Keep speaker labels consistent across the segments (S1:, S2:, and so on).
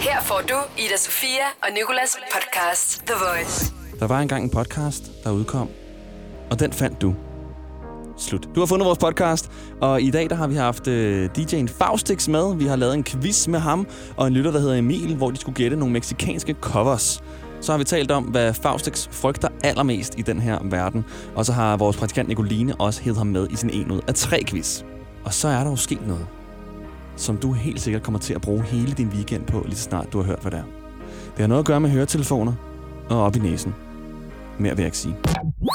S1: Her får du Ida Sofia og Nikolas podcast The Voice.
S2: Der var engang en podcast, der udkom, og den fandt du. Slut. Du har fundet vores podcast, og i dag der har vi haft øh, DJ'en Faustix med. Vi har lavet en quiz med ham og en lytter, der hedder Emil, hvor de skulle gætte nogle meksikanske covers. Så har vi talt om, hvad Faustix frygter allermest i den her verden. Og så har vores praktikant Nicoline også hævet ham med i sin en ud af tre quiz. Og så er der jo sket noget, som du helt sikkert kommer til at bruge hele din weekend på, lige så snart du har hørt, hvad det er. Det har noget at gøre med høretelefoner og op i næsen. Mere vil jeg ikke sige.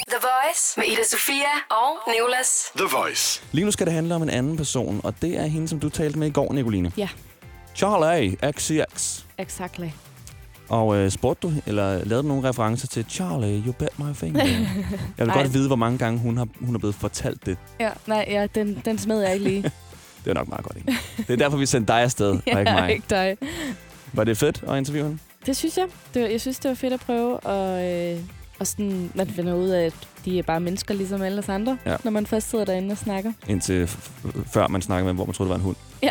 S1: The Voice med Ida Sofia og Nikolas.
S3: The Voice.
S2: Lige nu skal det handle om en anden person, og det er hende, som du talte med i går, Nicoline.
S4: Ja.
S2: Charlie XCX.
S4: Exactly.
S2: Og øh, spurgte du, eller lavede du nogle referencer til Charlie, you bet my finger. Jeg vil
S4: Ej.
S2: godt vide, hvor mange gange hun, har, hun er blevet fortalt det.
S4: Ja, nej, ja, den, den smed jeg ikke lige.
S2: Det er nok meget godt, ikke? Det er derfor, vi sendte dig afsted, og ikke mig.
S4: ikke dig.
S2: Var det fedt at interviewe hende?
S4: Det synes jeg. Det var, jeg synes, det var fedt at prøve, og, øh, og sådan, man finder ud af, at de er bare mennesker, ligesom alle os andre,
S2: Ja.
S4: ja. når man først sidder derinde og snakker.
S2: Indtil f- f- før man snakkede med hende, hvor man troede, det var en hund.
S4: Ja.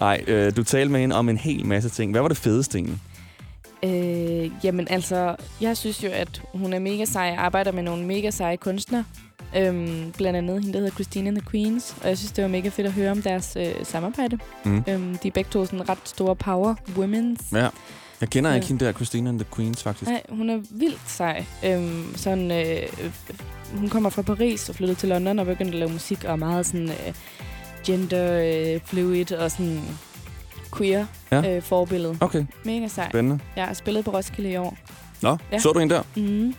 S2: Nej, øh, du talte med hende om en hel masse ting. Hvad var det fedeste egentlig?
S4: Øh, jamen altså, jeg synes jo, at hun er mega sej og arbejder med nogle mega seje kunstnere. Øhm, blandt andet hende, der hedder Christine and the Queens. Og jeg synes, det var mega fedt at høre om deres øh, samarbejde.
S2: Mm.
S4: Øhm, de er begge to sådan ret store power women's.
S2: Ja. Jeg kender ikke
S4: Ja.
S2: hende der, Christina and the Queens, faktisk.
S4: Nej, hun er vildt sej. Øhm, sådan, øh, øh, hun kommer fra Paris og flyttede til London og begyndte at lave musik, og er meget sådan øh, gender øh, fluid og sådan queer
S2: Ja.
S4: ja. øh, forbillede.
S2: Okay,
S4: Mega sej.
S2: spændende.
S4: Jeg har spillet på Roskilde i år.
S2: Nå, ja.
S4: Ja.
S2: så du hende der?
S4: Mm.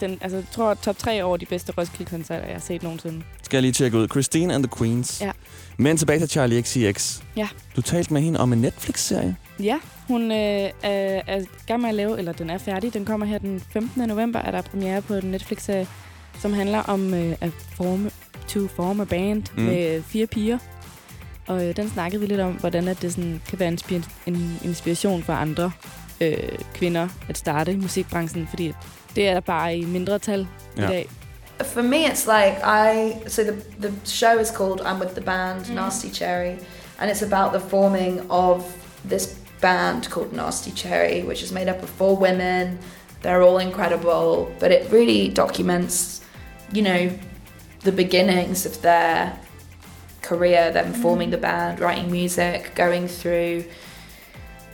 S4: Den, altså, jeg tror, top 3 over de bedste Roskilde-koncerter, jeg har set nogensinde.
S2: Skal jeg lige tjekke ud. Christine and the Queens.
S4: Ja.
S2: Men tilbage til Charlie XCX.
S4: Ja.
S2: Du talte med hende om en Netflix-serie.
S4: Ja, hun øh, er, er i gang med at lave, eller den er færdig. Den kommer her den 15. november, er der premiere på den Netflix-serie, som handler om øh, at forme, to form a band
S2: Mm.
S4: mm. med fire piger. Og øh, den snakkede vi lidt om, hvordan at det sådan, kan være inspi- en inspiration for andre øh, kvinder at starte i musikbranchen, fordi at det er der bare i mindre tal
S2: Ja.
S4: ja. i dag.
S5: For me, it's like I. So the the show is called "I'm with the Band," Nasty Cherry, and it's about the forming of this band called Nasty Cherry, which is made up of four women. They're all incredible, but it really documents, you know, the beginnings of their career, them forming the band, writing music, going through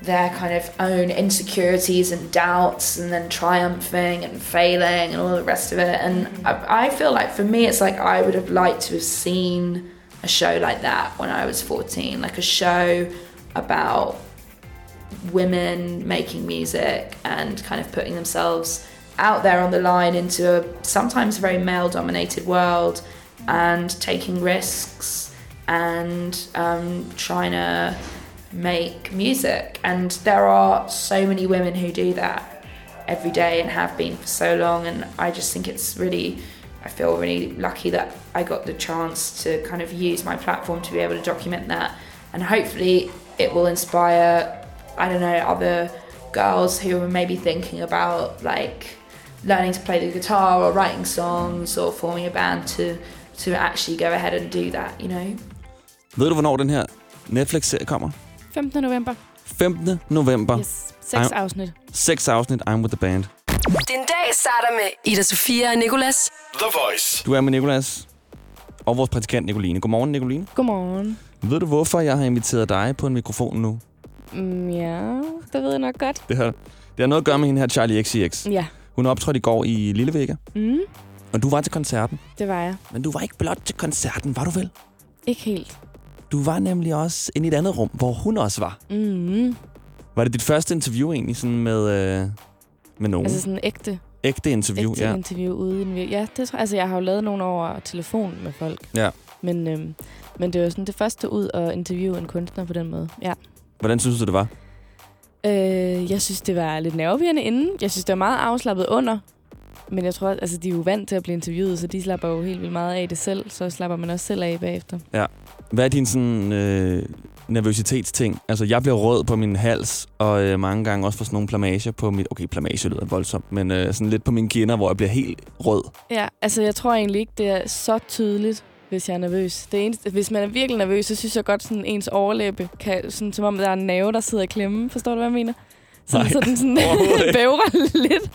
S5: their kind of own insecurities and doubts and then triumphing and failing and all the rest of it and I, I feel like for me it's like i would have liked to have seen a show like that when i was 14 like a show about women making music and kind of putting themselves out there on the line into a sometimes very male dominated world and taking risks and um, trying to make music. And there are so many women who do that every day and have been for so long. And I just think it's really, I feel really lucky that I got the chance to kind of use my platform to be able to document that. And hopefully it will inspire, I don't know, other girls who are maybe thinking about like learning to play the guitar or writing songs or forming a band to to actually go ahead and do that, you know?
S2: Ved du, hvornår den her Netflix-serie kommer?
S4: 15. november.
S2: 15. november. Yes.
S4: Yes. Seks
S2: Ej.
S4: afsnit.
S2: Seks afsnit, I'm with the band.
S1: Din dag starter med Ida Sofia og Nikolas.
S3: The Voice.
S2: Du er med Nicolas og vores praktikant Nicoline. Godmorgen, Nicoline.
S4: Godmorgen.
S2: Ved du, hvorfor jeg har inviteret dig på en mikrofon nu?
S4: Mm, ja, det ved jeg nok godt.
S2: Det har, det har noget at gøre med hende her, Charlie XCX.
S4: Ja.
S2: Hun optrådte i går i Lillevega,
S4: Mm,
S2: og du var til koncerten.
S4: det var jeg.
S2: Men du var ikke blot til koncerten, var du vel?
S4: Ikke helt.
S2: Du var nemlig også inde i et andet rum, hvor hun også var.
S4: Mm.
S2: Var det dit første interview egentlig sådan med, øh, med nogen?
S4: Altså
S2: Altså,
S4: sådan ægte,
S2: Ægte interview,
S4: ægte
S2: ja.
S4: interview ude i en vir- Ja, det tror altså jeg har jo lavet nogle over telefon med folk.
S2: Ja.
S4: Men, øhm, men det var sådan det første ud at interviewe en kunstner på den måde. Ja.
S2: Hvordan synes du, det var?
S4: Øh, jeg synes, det var lidt nervepirrende inden. Jeg synes, det var meget afslappet under. Men jeg tror, at altså, de er jo vant til at blive interviewet, så de slapper jo helt vildt meget af det selv. Så slapper man også selv af bagefter.
S2: Hvad er din sådan, øh, nervøsitetsting? Altså, jeg bliver rød på min hals, og øh, mange gange også får sådan nogle plamager på mit... Okay, plamage lyder voldsomt, men øh, sådan lidt på mine kinder, hvor jeg bliver helt rød.
S4: Ja, altså jeg tror egentlig ikke, det er så tydeligt. hvis jeg er nervøs. Det eneste, hvis man er virkelig nervøs, så synes jeg godt, sådan ens overlæbe kan, sådan, som om der er en nerve, der sidder i klemme. Forstår du, hvad jeg mener? Sådan,
S2: Nej,
S4: så den sådan
S2: overhovedet ikke.
S4: bævrer lidt.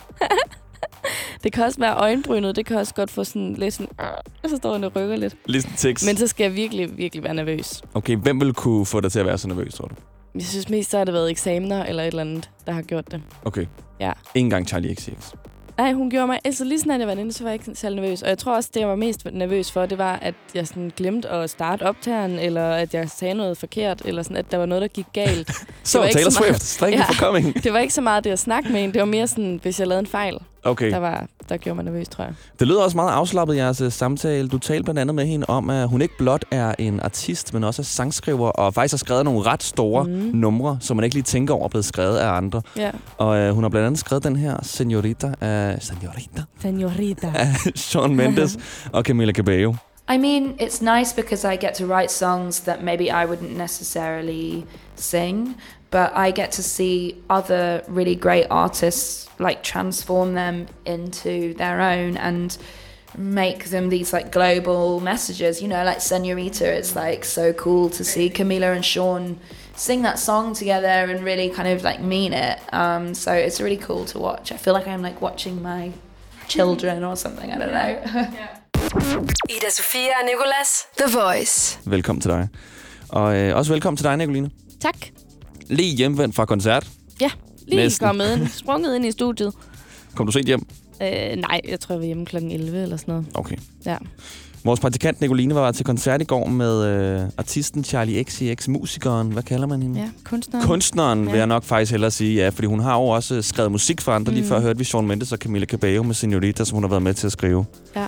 S4: det kan også være øjenbrynet. Det kan også godt få sådan lidt sådan... "Arr", Så står den og rykker lidt.
S2: Listen tekst.
S4: Men så skal jeg virkelig, virkelig være nervøs.
S2: Okay, hvem vil kunne få dig til at være så nervøs, tror du?
S4: Jeg synes mest, så har det været eksamener eller et eller andet, der har gjort det.
S2: Okay.
S4: Ja.
S2: Ikke engang Charlie XCX.
S4: Nej, hun gjorde mig... Altså, lige snart jeg var inde, så var jeg ikke sådan særlig nervøs. Og jeg tror også, det, jeg var mest nervøs for, det var, at jeg sådan glemte at starte optageren, eller at jeg sagde noget forkert, eller sådan, at der var noget, der gik galt.
S2: Så
S4: var ikke
S2: Taylor
S4: så meget-
S2: Swift. Thank you
S4: Ja.
S2: for coming.
S4: det var ikke så meget det at snakke med en. Det var mere sådan, hvis jeg lavede en fejl,
S2: Okay.
S4: der, var, der gjorde mig nervøs, tror jeg.
S2: Det lyder også meget afslappet, jeres øh, samtale. Du talte blandt andet med hende om, at hun ikke blot er en artist, men også er sangskriver, og faktisk har skrevet nogle ret store mm. numre, som man ikke lige tænker over er blevet skrevet af andre.
S4: Ja.
S2: Og øh, hun har blandt andet skrevet den her Senorita af, Senorita
S4: Senorita.
S2: af Sean Mendes og Camila Cabello.
S5: I mean, it's nice because I get to write songs that maybe I wouldn't necessarily sing, but I get to see other really great artists like transform them into their own and make them these like global messages, you know, like Senorita. It's like so cool to see Camila and Sean sing that song together and really kind of like mean it. Um, so it's really cool to watch. I feel like I'm like watching my children or something. I don't know.
S1: Ida Sofia og Nicolas. The Voice.
S2: Velkommen til dig. Og øh, også velkommen til dig, Nicoline.
S4: Tak.
S2: Lige hjemvendt fra koncert.
S4: Ja, lige
S2: Næsten.
S4: Næsten. kommet ind. Sprunget ind i studiet.
S2: Kom du sent hjem?
S4: Øh, nej, jeg tror, jeg var hjemme kl. 11 eller sådan noget.
S2: Okay.
S4: Ja.
S2: Vores praktikant Nicoline var til koncert i går med øh, artisten Charlie XCX, musikeren. Hvad kalder man hende?
S4: Ja, kunstner.
S2: Kunstneren ja. vil
S4: Mm. Ja.
S2: jeg nok faktisk hellere sige, ja, fordi hun har jo også øh, skrevet musik for andre. Mm. Lige før hørte vi Sean Mendes og Camila Cabello med Senorita, som hun har været med til at skrive.
S4: Ja.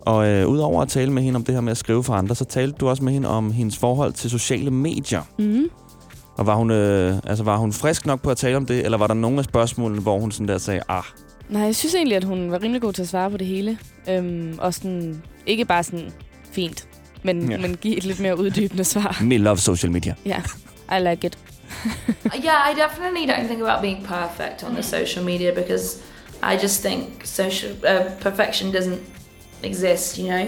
S2: Og øh, udover at tale med hende om det her med at skrive for andre, så talte du også med hende om hendes forhold til sociale medier.
S4: Mm-hmm.
S2: Og var hun, øh, altså, var hun frisk nok på at tale om det, eller var der nogle af spørgsmålene, hvor hun sådan der sagde, ah,
S4: Nej, jeg synes egentlig, at hun var rimelig god til at svare på det hele. Øhm, og sådan, ikke bare sådan fint, men,
S2: Ja.
S4: ja. men give et lidt mere uddybende svar.
S2: me love social media.
S4: Ja, I like it.
S5: yeah, I definitely don't think about being perfect on the social media because I just think social uh, perfection doesn't exist, you know.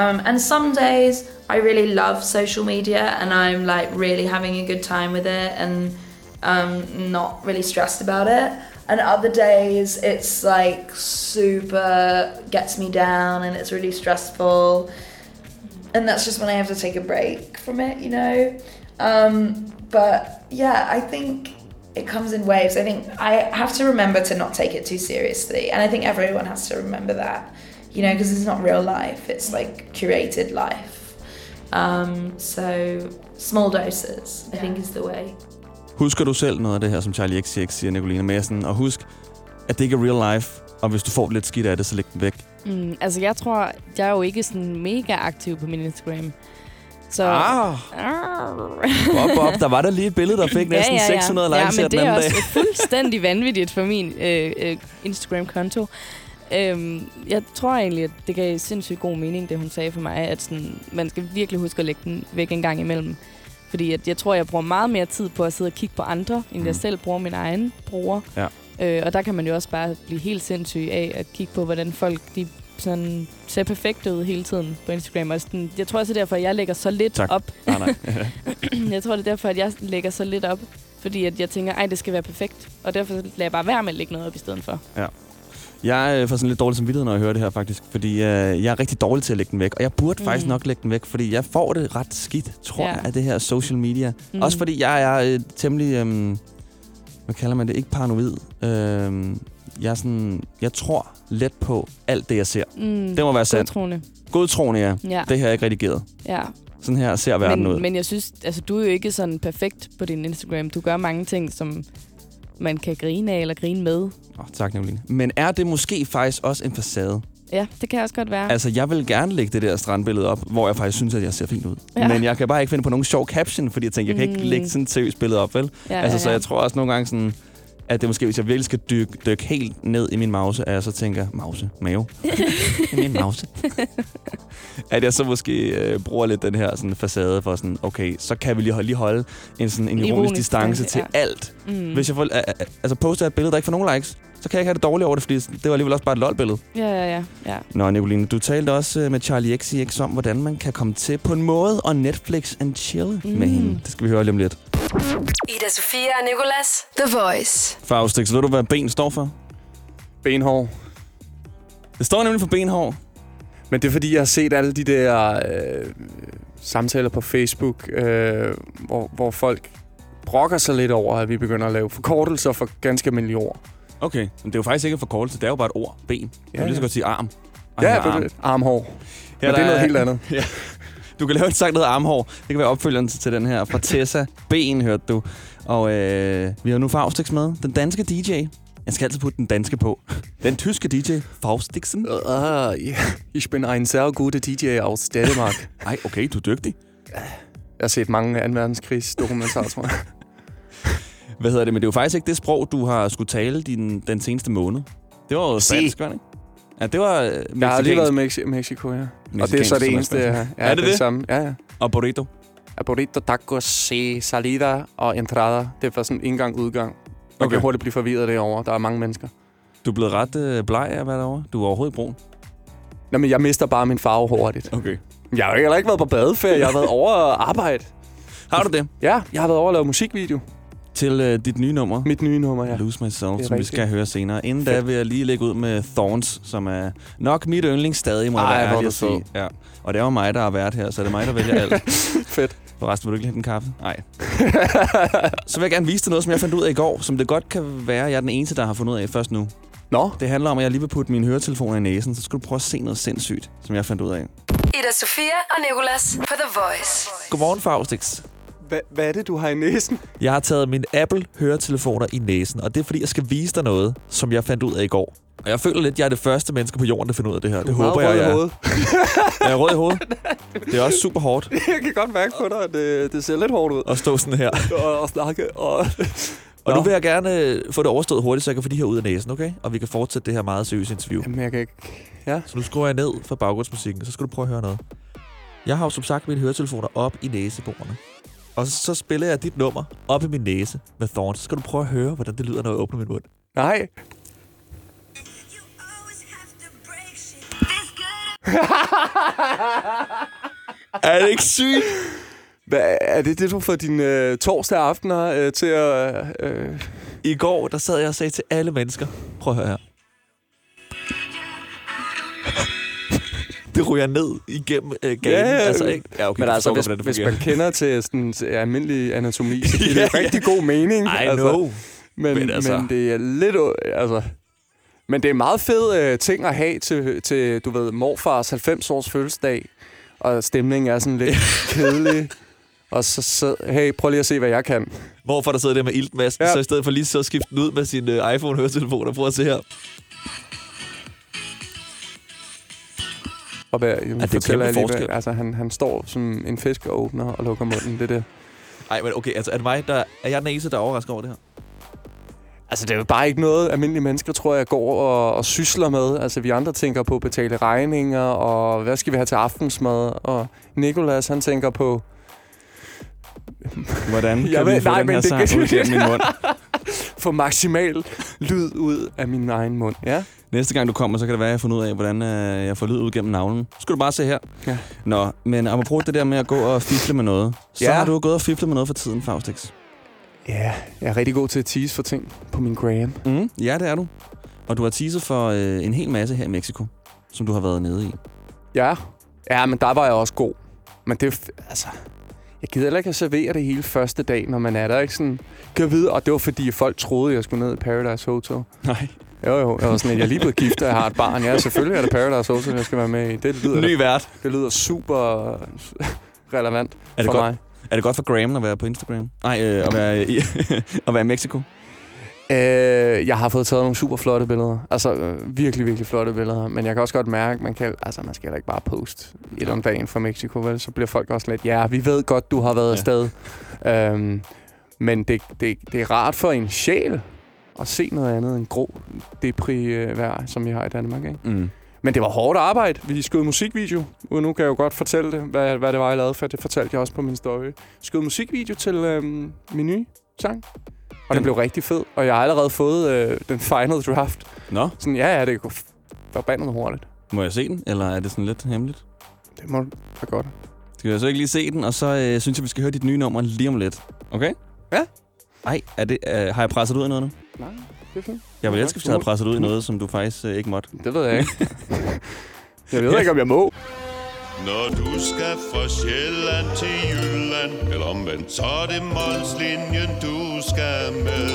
S5: Um, and some days I really love social media and I'm like really having a good time with it and um, not really stressed about it. And other days it's like super gets me down and it's really stressful. And that's just when I have to take a break from it, you know. Um, but yeah, I think it comes in waves. I think I have to remember to not take it too seriously, and I think everyone has to remember that, you know, because it's not real life; it's like curated life. Um, so small doses, I think, is the way.
S2: Husker du selv noget af det her, som Charlie XCX siger, Nicoline Madsen? Og husk, at det ikke er real life, og hvis du får lidt skidt af det, så læg den væk.
S4: Mm, altså, jeg tror, jeg er jo ikke sådan mega aktiv på min Instagram. Så... Ah.
S2: Ah,
S4: Arr.
S2: op, op. Der var der lige et billede, der fik næsten 600 likes
S4: ja,
S2: her
S4: men
S2: den
S4: det
S2: anden
S4: er
S2: dag.
S4: også fuldstændig vanvittigt for min øh, øh, Instagram-konto. Øhm, jeg tror egentlig, at det gav sindssygt god mening, det hun sagde for mig, at sådan, man skal virkelig huske at lægge den væk en gang imellem. Fordi at jeg tror, jeg bruger meget mere tid på at sidde og kigge på andre, end mm.
S2: Mm.
S4: jeg selv bruger min egen bruger.
S2: Ja.
S4: Øh, og der kan man jo også bare blive helt sindssyg af at kigge på, hvordan folk de sådan, ser perfekte ud hele tiden på Instagram. Og sådan, jeg tror også, det er derfor, at jeg lægger så lidt
S2: Tak.
S4: op
S2: Nej, nej.
S4: jeg tror, det er derfor, at jeg lægger så lidt op. Fordi at jeg tænker, ej, det skal være perfekt. Og derfor lader jeg bare være med at lægge noget op i stedet for.
S2: Jeg øh, får sådan lidt dårlig samvittighed, når jeg hører det her faktisk, fordi øh, jeg er rigtig dårlig til at lægge den væk, og jeg burde mm.
S4: Mm.
S2: faktisk nok lægge den væk, fordi jeg får det ret skidt, tror
S4: Ja.
S2: jeg, af det her social media. Mm.
S4: Mm.
S2: Også fordi jeg er øh, temmelig, øh, hvad kalder man det, ikke paranoid. Øh, jeg, er sådan, jeg tror let på alt det, jeg ser.
S4: Mm,
S2: Det må være sandt.
S4: Godtroende.
S2: Godtroende, ja.
S4: Ja,
S2: Det her er ikke redigeret.
S4: ja.
S2: Sådan her ser verden ud.
S4: Men, men jeg synes, altså, du er jo ikke sådan perfekt på din Instagram. Du gør mange ting, som man kan grine af eller grine med.
S2: Oh, tak, Nicoline. Men er det måske faktisk også en facade?
S4: Ja, det kan også godt være.
S2: Altså, jeg vil gerne lægge det der strandbillede op, hvor jeg faktisk synes, at jeg ser fint ud. Ja.
S4: Ja.
S2: Men jeg kan bare ikke finde på nogen sjov caption, fordi jeg tænker, jeg kan ikke
S4: Mm.
S2: lægge sådan et seriøst billede op, vel?
S4: ja,
S2: altså, så jeg tror også nogle gange sådan, at det måske, hvis jeg virkelig skal dykke, dykke helt ned i min mause, at jeg så tænker, mause, mave, det er min mause. at jeg så måske øh, bruger lidt den her sådan, facade for sådan, okay, så kan vi lige, holde- lige holde en, sådan, en ironisk,
S4: Ironisk
S2: distance
S4: distance,
S2: til alt.
S4: Mm.
S2: Hvis jeg får, øh, øh, altså, poster jeg et billede, der ikke får nogen likes, så kan jeg ikke have det dårligt over det, fordi det var alligevel også bare et lol-billede.
S4: Ja, ja, ja. ja.
S2: Nå, Nicoline, du talte også øh, med Charlie XCX om, hvordan man kan komme til på en måde og Netflix and chill mm. med hende. Det skal vi høre lige om lidt.
S1: Ida Sofia og Nicolas. The Voice.
S2: Faustix, ved du, hvad ben står for?
S3: Benhår.
S2: Det står nemlig for benhår.
S3: Men det er, fordi jeg har set alle de der øh, samtaler på Facebook, øh, hvor, hvor folk brokker sig lidt over, at vi begynder at lave forkortelser for ganske almindelige ord.
S2: Okay. Men det er jo faktisk ikke en forkortelse, det er jo bare et ord. Ben. Du kan
S3: Ja,
S2: lige så
S3: ja.
S2: godt sige arm. Og
S3: Ja,
S2: han har
S3: det er det. armhår. Ja, Men
S2: der
S3: det er noget helt andet.
S2: Ja. Du kan lave en sang, der hedder Armhår. Det kan være opfølgeren til til den her. Fra Tessa Ben, hørte du. Og øh, vi har nu Faustix med. Den danske DJ. Jeg skal altid putte den danske på. Den tyske DJ, Faustixen.
S3: Ah, ja. Ich bin ein sehr guter DJ aus Danmark.
S2: Ej, okay, du er dygtig.
S3: jeg har set mange 2. verdenskrigsdokumentarer, tror jeg.
S2: Hvad hedder det? Men det er jo faktisk ikke det sprog, du har skulle tale din, den seneste måned. Det var jo
S3: Si.
S2: spansk, var det ikke? Ja, det var øh,
S3: Jeg har lige
S2: mexicansk.
S3: været i Mex- Mexico, ja. Og det er
S2: Mexicansk,
S3: så det
S2: som
S3: eneste,
S2: spansk.
S3: jeg ja,
S2: Er det det?
S3: samme. Ja, ja.
S2: Og burrito.
S3: A burrito, tacos, se, salida og entrada. Det var sådan indgang, udgang. Man okay.
S2: Okay.
S3: kan hurtigt blive forvirret derovre. Der er mange mennesker.
S2: Du er blevet ret øh, bleg af, hvad derovre. Du er overhovedet brun.
S3: Nå, men jeg mister bare min farve hurtigt.
S2: Okay.
S3: Jeg har jo heller ikke været på badeferie. Jeg har været over at arbejde.
S2: Har du det?
S3: Ja, jeg har været over at lave musikvideo.
S2: Til øh, dit nye nummer.
S3: Mit nye nummer,
S2: Ja.
S3: ja.
S2: Lose Myself,
S3: Det er
S2: som vi
S3: rigtigt.
S2: skal høre senere. Inden da vil jeg lige lægge ud med Thorns, som er nok mit yndlings stadig, må jeg
S3: Ej,
S2: være
S3: hvor er
S2: ærlig
S3: du
S2: at sige. Ja. Og det er jo mig, der har været her, så det er mig, der vælger alt.
S3: Fedt.
S2: Forresten, vil du ikke hente en kaffe? Nej. så vil jeg gerne vise dig noget, som jeg fandt ud af i går, som det godt kan være, jeg er den eneste, der har fundet ud af først nu.
S3: Nå,
S2: Det handler om, at jeg lige vil putte mine høretelefoner i næsen, så skal du prøve at se noget sindssygt, som jeg fandt ud af.
S1: Ida Sofia og Nicolas på The Voice.
S2: Godmorgen, Faustix.
S3: hva, hvad er det, du har i næsen?
S6: Jeg har taget mine Apple-høretelefoner i næsen, og det er fordi, jeg skal vise dig noget, som jeg fandt ud af i går. Og jeg føler lidt, at jeg er det første menneske på jorden, der finder ud af det her. Det håber jeg, jeg er.
S3: hovedet.
S2: Er jeg rød i hovedet? Det er også super hårdt
S3: Jeg kan godt mærke på dig, at øh, det, det ser lidt hårdt ud.
S6: at stå sådan her.
S3: Og, og snakke. Og...
S6: Og nu
S3: Nå.
S6: vil jeg gerne øh, få det overstået hurtigt, så jeg kan få de her ud af næsen, okay? Og vi kan fortsætte det her meget seriøse interview.
S3: Jamen, jeg kan ikke... Ja.
S6: Så nu skruer jeg ned for baggrundsmusikken, så skal du prøve at høre noget. Jeg har jo som sagt mine høretelefoner op i næseborene. Og så spiller jeg dit nummer op i min næse med Thorns. Så skal du prøve at høre, hvordan det lyder, når jeg åbner min mund.
S3: Nej.
S2: Er det ikke sygt?
S3: Hva, er det det, du får dine øh, torsdag aftener øh, til at... Øh,
S6: I går, der sad jeg og sagde til alle mennesker, prøv at høre her. Det ryger ned igennem øh, ganen.
S3: Ja, ja.
S6: altså, ikke? Ja, okay,
S3: men
S6: jeg forstår
S3: altså, hvis,
S6: godt, hvordan
S3: hvis
S6: fungerer.
S3: man kender til sådan til almindelig anatomi, så giver
S6: Ja,
S3: det rigtig god mening.
S6: I
S3: altså.
S6: know.
S3: Men,
S6: Men
S3: men,
S6: altså-
S3: altså. men det er lidt... u- Altså, men det er en meget fed øh, ting at have til, til, du ved, morfars 90-års fødselsdag, og stemningen er sådan lidt kedelig. Og så, så, hey, prøv lige at se, hvad jeg kan.
S6: Hvorfor der sidder der med iltmasken, ja.
S3: Ja.
S6: så i stedet for lige så at skifte den ud med sin øh, iPhone-høretelefon og prøve at se her.
S3: Og hvad, jamen,
S6: er kæmpe
S3: fortæller jeg lige, hvad,
S6: forskel.
S3: altså, han, han står som en fiskeåbner og lukker munden. Det er det.
S6: Ej, men okay, altså er, det mig, der, er jeg den eneste, der er overrasket over det her?
S3: Altså, det er jo bare ikke noget, almindelige mennesker, tror jeg, går og, og sysler med. Altså, vi andre tænker på at betale regninger, og hvad skal vi have til aftensmad? Og Nikolas, han tænker på...
S2: Hvordan kan
S3: Jeg
S2: vi
S3: ved-
S2: få
S3: nej,
S2: den
S3: men
S2: her
S3: det
S2: sang
S3: kan-
S2: ud gennem min mund?
S3: få maksimal lyd ud af min egen mund. Ja?
S2: Næste gang du kommer, så kan det være, at jeg har fundet ud af, hvordan øh, jeg får lyd ud gennem navlen. Så skal du bare se her.
S3: Ja.
S2: Nå, men apropos det der med at gå og fifle med noget. Så
S3: Ja.
S2: har du gået og fiflet med noget for tiden, Faustix.
S3: Ja, jeg er rigtig god til at tease for ting på min gram.
S2: Mm. Ja, det er du. Og du har teaset for øh, en hel masse her i Mexico, som du har været nede i.
S3: Ja. Ja, men der var jeg også god. Men det er f- altså... Jeg gider heller ikke at servere det hele første dag, når man er der, ikke sådan... Kan vide, og det var fordi folk troede, jeg skulle ned i Paradise Hotel.
S2: Nej.
S3: Jo, jo, jeg var sådan, at jeg er lige blevet gift, og jeg har et barn. Ja, selvfølgelig er det Paradise Hotel, jeg skal være med i. Det lyder,
S6: Ny vært.
S3: det lyder super relevant
S2: Er det,
S3: for
S2: godt,
S3: mig.
S2: er det godt for Graham at være på Instagram? Nej, øh, at, være i, at være i Mexico.
S3: Øh, jeg har fået taget nogle super flotte billeder. Altså øh, virkelig, virkelig flotte billeder. Men jeg kan også godt mærke, man kan, altså, man skal heller ikke bare poste et om dagen fra Mexico, vel? Så bliver folk også lidt, ja, vi ved godt, du har været
S2: Ja.
S3: ja. afsted. Øhm, men det, det, det er rart for en sjæl at se noget andet end grå depri-vejr, som vi har i Danmark, ikke?
S2: Mm.
S3: Men det var hårdt arbejde. Vi skød musikvideo. Og nu kan jeg jo godt fortælle det, hvad, hvad det var, jeg lavede, for det fortalte jeg også på min story. Skød musikvideo til øhm, min nye sang. Og Og den blev rigtig fed, og jeg har allerede fået øh, den final draft.
S2: Nå,
S3: Sådan, ja, ja, det går forbandet hurtigt.
S2: må jeg se den, eller er det sådan lidt hemmeligt?
S3: Det må du da godt.
S2: Skal jeg så ikke lige se den, og så øh, synes jeg, vi skal høre dit nye nummer lige om lidt. Okay?
S3: Ja.
S2: Ej, er det, øh, har jeg presset dig ud i noget nu?
S3: Nej, det er fint.
S2: Jeg ville elske, hvis jeg havde presset dig ud i noget, som du faktisk øh, ikke måtte.
S3: Det ved jeg ikke. jeg ved ikke, om jeg må.
S7: Når du skal fra Sjælland til Jylland Eller omvendt, så er det Molslinjen, du skal med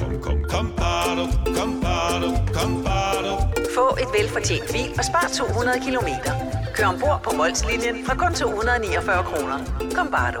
S7: Kom, kom, kom, bardo, kom, bardo, kom, bardo.
S8: Få et velfortjent bil og spar 200 kilometer. Kør ombord på Molslinjen fra kun 249 kroner. Kom bare du.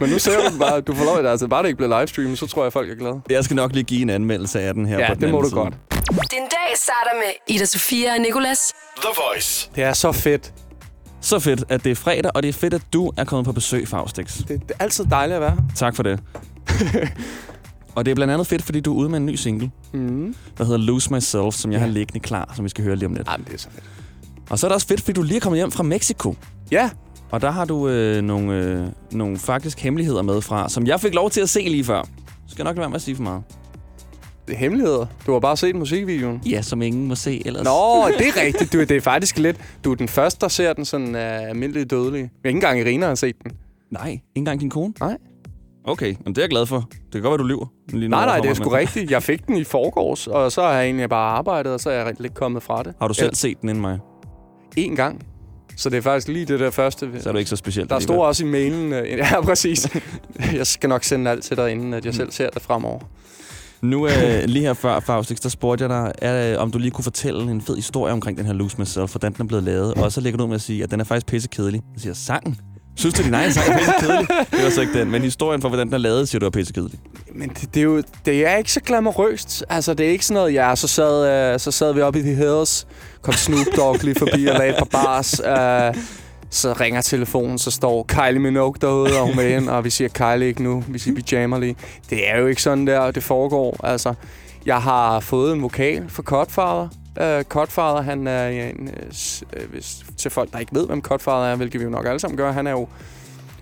S3: Men nu ser du den bare, du får lov at altså, bare det ikke bliver livestreamet, så tror jeg, folk er glade.
S2: Jeg skal nok lige give en anmeldelse af den her
S3: Ja,
S2: på
S3: ja
S2: den
S3: det må
S2: anden
S3: du
S2: side.
S3: godt.
S1: Din dag starter med Ida Sofia og Nicolas.
S7: The Voice.
S3: Det er så fedt.
S2: Så fedt, at det er fredag, og det er fedt, at du er kommet på besøg, Faustix.
S3: Det, det er altid dejligt at være.
S2: Tak for det. og det er blandt andet fedt, fordi du er ude med en ny single,
S3: Mm.
S2: der hedder Lose Myself, som jeg har liggende klar, som vi skal høre lige om lidt.
S3: Jamen, det er så fedt.
S2: Og så er det også fedt, fordi du lige er kommet hjem fra Mexico.
S3: Ja,
S2: Og der har du øh, nogle, øh, nogle faktisk hemmeligheder med fra, som jeg fik lov til at se lige før. Skal jeg nok lade være med at sige for meget.
S3: det er hemmeligheder. Du har bare set musikvideoen.
S2: Ja, som ingen må se ellers.
S3: Nå, det er rigtigt. Du, det er faktisk lidt... Du er den første, der ser den sådan uh, almindelig dødelig. Jeg ikke engang Irina har set den.
S2: Nej, ikke engang din kone?
S3: Nej.
S2: Okay, men det er jeg glad for. Det kan godt være, du lyver. Lige nu
S3: Nej, nej,
S2: overfor
S3: det er
S2: mig,
S3: sgu
S2: men-
S3: rigtigt. Jeg fik den i forgårs, og så har jeg egentlig bare arbejdet, og så er jeg lidt kommet fra det.
S2: Har du selv set den inden mig?
S3: En gang. Så det er faktisk lige det der første.
S2: Så er du ikke så speciel.
S3: Der
S2: alligevel.
S3: står også i mailen. øh, Ja, præcis. jeg skal nok sende alt til dig, inden at jeg selv ser det fremover.
S2: Nu øh, lige her før, Faustix, der spurgte jeg dig, er, øh, om du lige kunne fortælle en fed historie omkring den her Lose Myself, hvordan den er blevet lavet. Og så lægger du ud med at sige, at den er faktisk pissekedelig. Jeg siger, sangen? Synes du, din egen sang er pissekedelig? Det var så ikke den, men historien for, hvordan den er lavet, siger du er pissekedelig.
S3: Men det, det, er jo det er ikke så glamourøst. Altså, det er ikke sådan noget, ja, så sad, øh, så sad vi oppe i The Hills, kom Snoop Dogg lige forbi og lagde et par bars. Øh, så ringer telefonen, så står Kylie Minogue derude, og hun er ind, og vi siger Kylie ikke nu, vi siger vi jammer lige. Det er jo ikke sådan der, det foregår. Altså, jeg har fået en vokal fra Codfather. Uh, Codfather, han er en, øh, s- øh, hvis, til folk, der ikke ved, hvem Codfather er, hvilket vi jo nok alle sammen gør, han er jo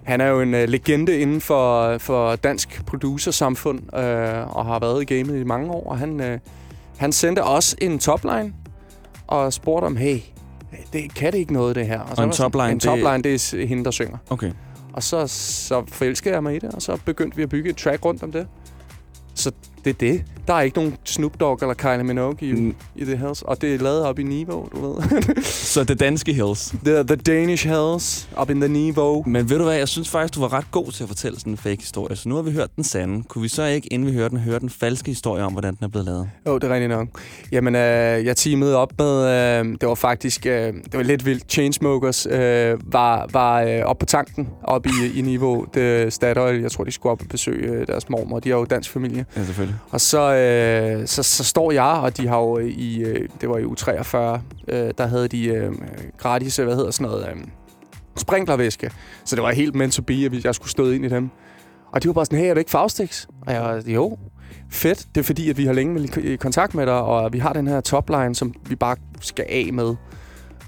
S3: han er jo en øh, legende inden for, for dansk producersamfund, øh, og har været i gamet i mange år. Og han, øh, han sendte også en topline, og spurgte om, hey, det, kan det ikke noget, det her? Og, så
S2: en
S3: var jeg sådan,
S2: topline,
S3: En
S2: det-
S3: topline, det, det er s- hende, der synger.
S2: Okay.
S3: Og så, så forelskede jeg mig i det, og så begyndte vi at bygge et track rundt om det. Så det er det. Der er ikke nogen Snoop Dogg eller Kylie Minogue i,
S2: Mm.
S3: mm. i det her. Og det er lavet op i Niveau, du ved.
S2: Så det danske Hills.
S3: the, the Danish Hells, op in the Niveau.
S2: Men ved du hvad, jeg synes faktisk, du var ret god til at fortælle sådan en fake historie. Så nu har vi hørt den sande. Kunne vi så ikke, inden vi hører den, høre den falske historie om, hvordan den er blevet lavet?
S3: Jo, det er rigtigt nok. Jamen, øh, jeg teamede op med, øh, det var faktisk, øh, det var lidt vildt, Chainsmokers øh, var, var øh, oppe på tanken, oppe i, i niveau, det Statoil, jeg tror, de skulle op og besøge øh, deres mormor, de er jo dansk familie.
S2: Ja, selvfølgelig.
S3: Og så, øh, så, så står jeg, og de har jo i, øh, det var i U43, øh, der havde de øh, gratis, øh, hvad hedder sådan noget, øh, sprinklervæske. Så det var helt meant to be, at jeg skulle støde ind i dem. Og de var bare sådan, hey, er det ikke Faustix? Og jeg var, jo, fedt. Det er fordi, at vi har længe været i kontakt med dig, og vi har den her topline, som vi bare skal af med.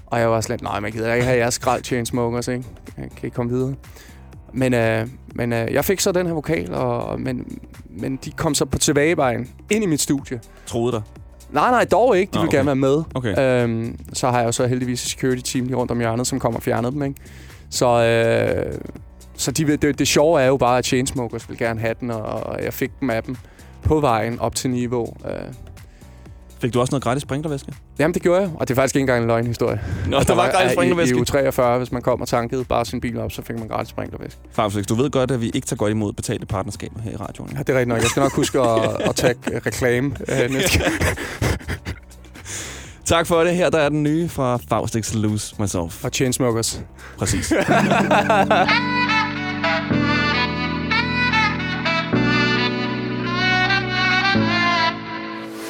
S3: Og jeg var sådan lidt, nej, man gider ikke have jeres skrald Chainsmokers, ikke? Jeg kan ikke komme videre. Men, øh, men øh, jeg fik så den her vokal, og, og- men, men de kom så på tilbagevejen ind i mit studie.
S2: Troede dig.
S3: Nej, nej, dog ikke. De
S2: Nå,
S3: ville
S2: okay.
S3: gerne være med.
S2: Okay.
S3: Øhm, så har jeg jo så heldigvis et security team lige rundt om hjørnet, som kommer og fjerner dem, ikke? Så, øh, Så de, vil- det, det sjove er jo bare, at Chainsmokers vil gerne have den, og, og jeg fik dem af dem på vejen op til niveau. Øh,
S2: Fik du også noget gratis sprinklervæske?
S3: Jamen, det gjorde jeg, og det er faktisk ikke engang en løgnhistorie.
S2: Nå, der var gratis
S3: I,
S2: sprinklervæske.
S3: i uge 43, hvis man kom og tankede bare sin bil op, så fik man gratis sprinklervæske.
S2: Farfix, du ved godt, at vi ikke tager godt imod betalte partnerskaber her i radioen.
S3: Ja, det er rigtigt nok. Jeg skal nok huske at, at tage øh, reklame øh, næste gang.
S2: Tak for det. Her der er den nye fra Faustix Lose Myself.
S3: Og Chainsmokers.
S2: Præcis.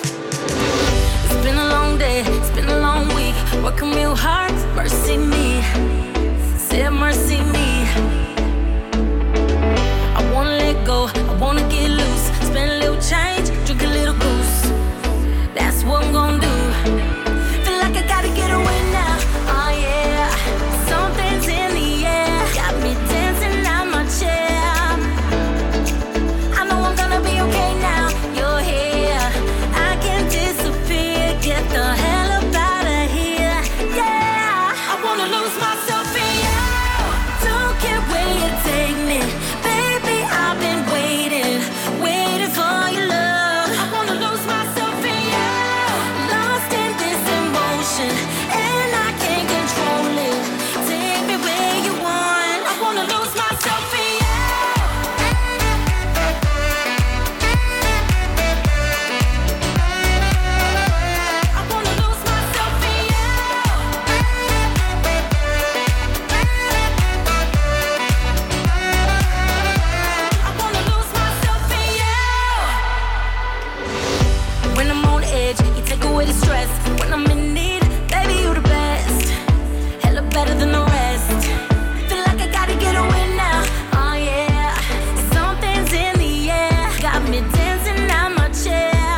S9: It's been a long day, it's been a long week. Working real hard, mercy me. Say mercy me. I wanna let go, I wanna get loose. Spend a little change, drink a little goose. That's what I'm gonna do. Feel like I gotta get away now. Oh yeah, something's in the air. Got me dancing on my chair. I know I'm gonna be okay now. You're here. I can disappear. Get the hell up out of here. Yeah. I wanna lose myself in you. Don't care where you take me. Baby, I've been waiting, waiting for your love. I wanna lose myself in you. Lost in this emotion. And I can't control it. Take me where you want. I wanna lose myself in you. When I'm on edge, you take away the stress. When I'm in need, baby, you the best. Hella better than the rest. Feel like I gotta get away now. Oh yeah, something's in the air. Got me dancing on my chair.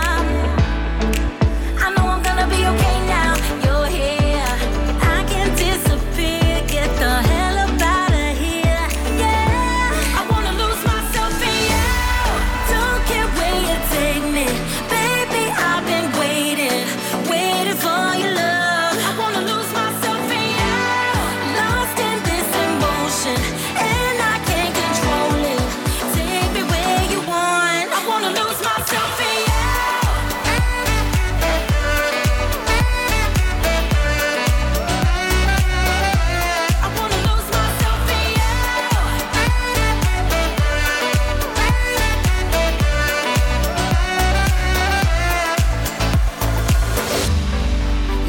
S9: I know I'm gonna be okay now. You're here. I can disappear. Get the hell up out of here. Yeah, I wanna lose myself in you. Don't care where you take me, baby. I've been waiting, waiting for your love. I wanna lose myself in you, lost in this emotion, and I can't control it. Take me where you want. I wanna lose myself in you.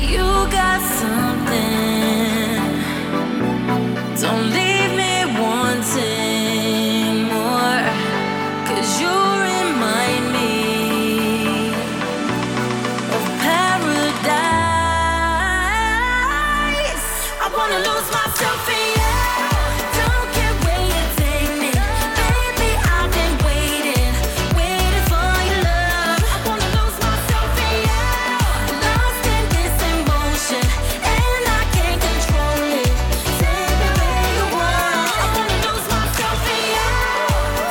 S9: You got something. Don't leave me wanting more. Cause you remind me of paradise. I wanna lose myself in you. Don't care where you take me. Baby, I've been waiting, waiting for your love. I wanna lose myself in you. Lost in this emotion, and I can't control it. Take me where you want. I wanna lose myself in you.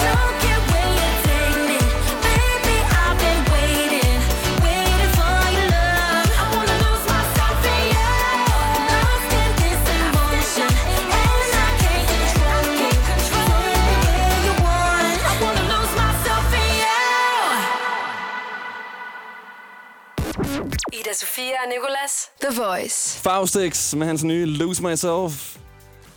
S9: Don't care where you take me, baby. I've been waiting, waiting for your love. I wanna lose myself in you. Lost in this emotion, and I can't control it. Take me where you want. I wanna lose myself in you.
S1: Ida Sofia og Nicolas. The Voice.
S2: Faustix med hans nye Lose Myself.